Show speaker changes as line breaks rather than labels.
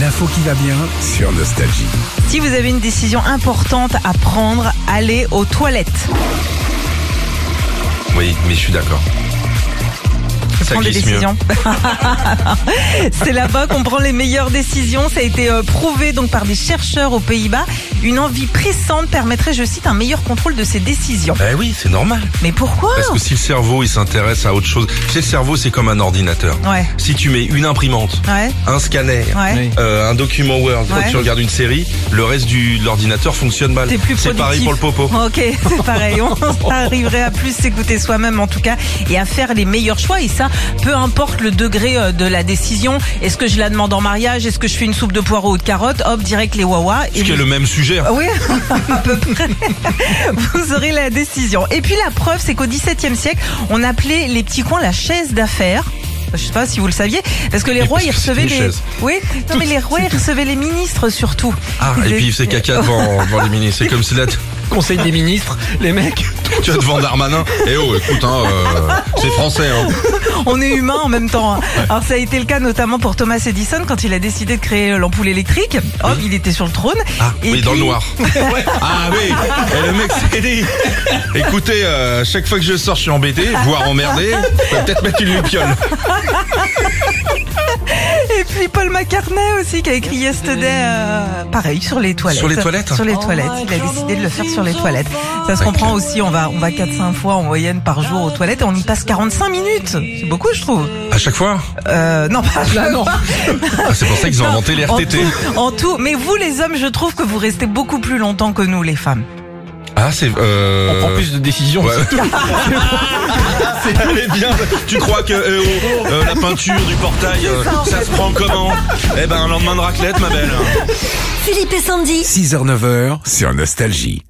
L'info qui va bien sur Nostalgie.
Si vous avez une décision importante à prendre, allez aux toilettes.
Oui, mais je suis d'accord. Ça
Prendre des
glisse mieux.
décisions. C'est là-bas qu'on prend les meilleures décisions. Ça a été euh, prouvé donc par des chercheurs aux Pays-Bas. Une envie pressante permettrait, je cite, un meilleur contrôle de ses décisions.
Ben oui, c'est normal.
Mais pourquoi
Parce que si le cerveau, il s'intéresse à autre chose. Tu sais, le cerveau, c'est comme un ordinateur.
Ouais,
Si tu mets une imprimante,
ouais,
un scanner,
ouais.
Oui.
euh, un document Word, quand
Ouais.
tu regardes une série, le reste du, de l'ordinateur fonctionne mal.
T'es plus
C'est pareil
productif.
pour le popo.
Ok, c'est pareil. On arriverait à plus s'écouter soi-même en tout cas et à faire les meilleurs choix. Et ça, peu importe le degré euh, de la décision. Est-ce que je la demande en mariage Est-ce que je fais une soupe de poireaux ou de carottes Hop, direct les wawa. Et
Ce qui est le même sujet.
oui, à peu près. Vous aurez la décision. Et puis la preuve, c'est qu'au XVIIe siècle, on appelait les petits coins la chaise d'affaires. Je sais pas si vous le saviez, parce que les
Mais
rois
parce
ils
que c'est
recevaient
une
les.
chaise.
Oui, non mais les rois ils recevaient les ministres surtout.
Ah, et
Ils-
puis il faisait caca devant, devant les ministres. C'est comme si là, tu-
Conseil des ministres, les mecs.
tu as devant Darmanin. Eh oh, écoute, hein, euh, c'est français. Hein.
On est humain en même temps. hein. Alors ça a été le cas notamment pour Thomas Edison quand il a décidé de créer euh, l'ampoule électrique. Hop, il était sur le trône.
Ah,
Et
oui, dans le
puis-
noir. Ah oui, et le mec s'est dit, écoutez, euh, chaque fois que je sors, je suis embêté, voire emmerdé, Faut peut-être mettre une lupiole.
Et puis Paul McCartney aussi qui a écrit Yesterday, euh, pareil, sur les toilettes.
Sur les toilettes
Sur les toilettes. Il a décidé de le faire sur les toilettes. Ça se
Ouais,
comprend
clair.
aussi, on va, on va 4-5 fois en moyenne par jour aux toilettes et on y passe 45 minutes. C'est beaucoup, je trouve.
À chaque fois
Euh, non, pas
Là, non.
Ah, C'est pour ça qu'ils ont
Non,
inventé les
en
RTT.
tout- en tout, mais vous les hommes, je trouve que vous restez beaucoup plus longtemps que nous les femmes.
Ah, c'est... Euh...
On prend plus de décisions.
Ouais. C'est tout. Eh bien, tu crois que euh, oh, euh, la peinture du portail, euh, ça se prend comment Eh ben, un lendemain de raclette, ma belle.
Philippe et Sandy.
6h-9h sur Nostalgie.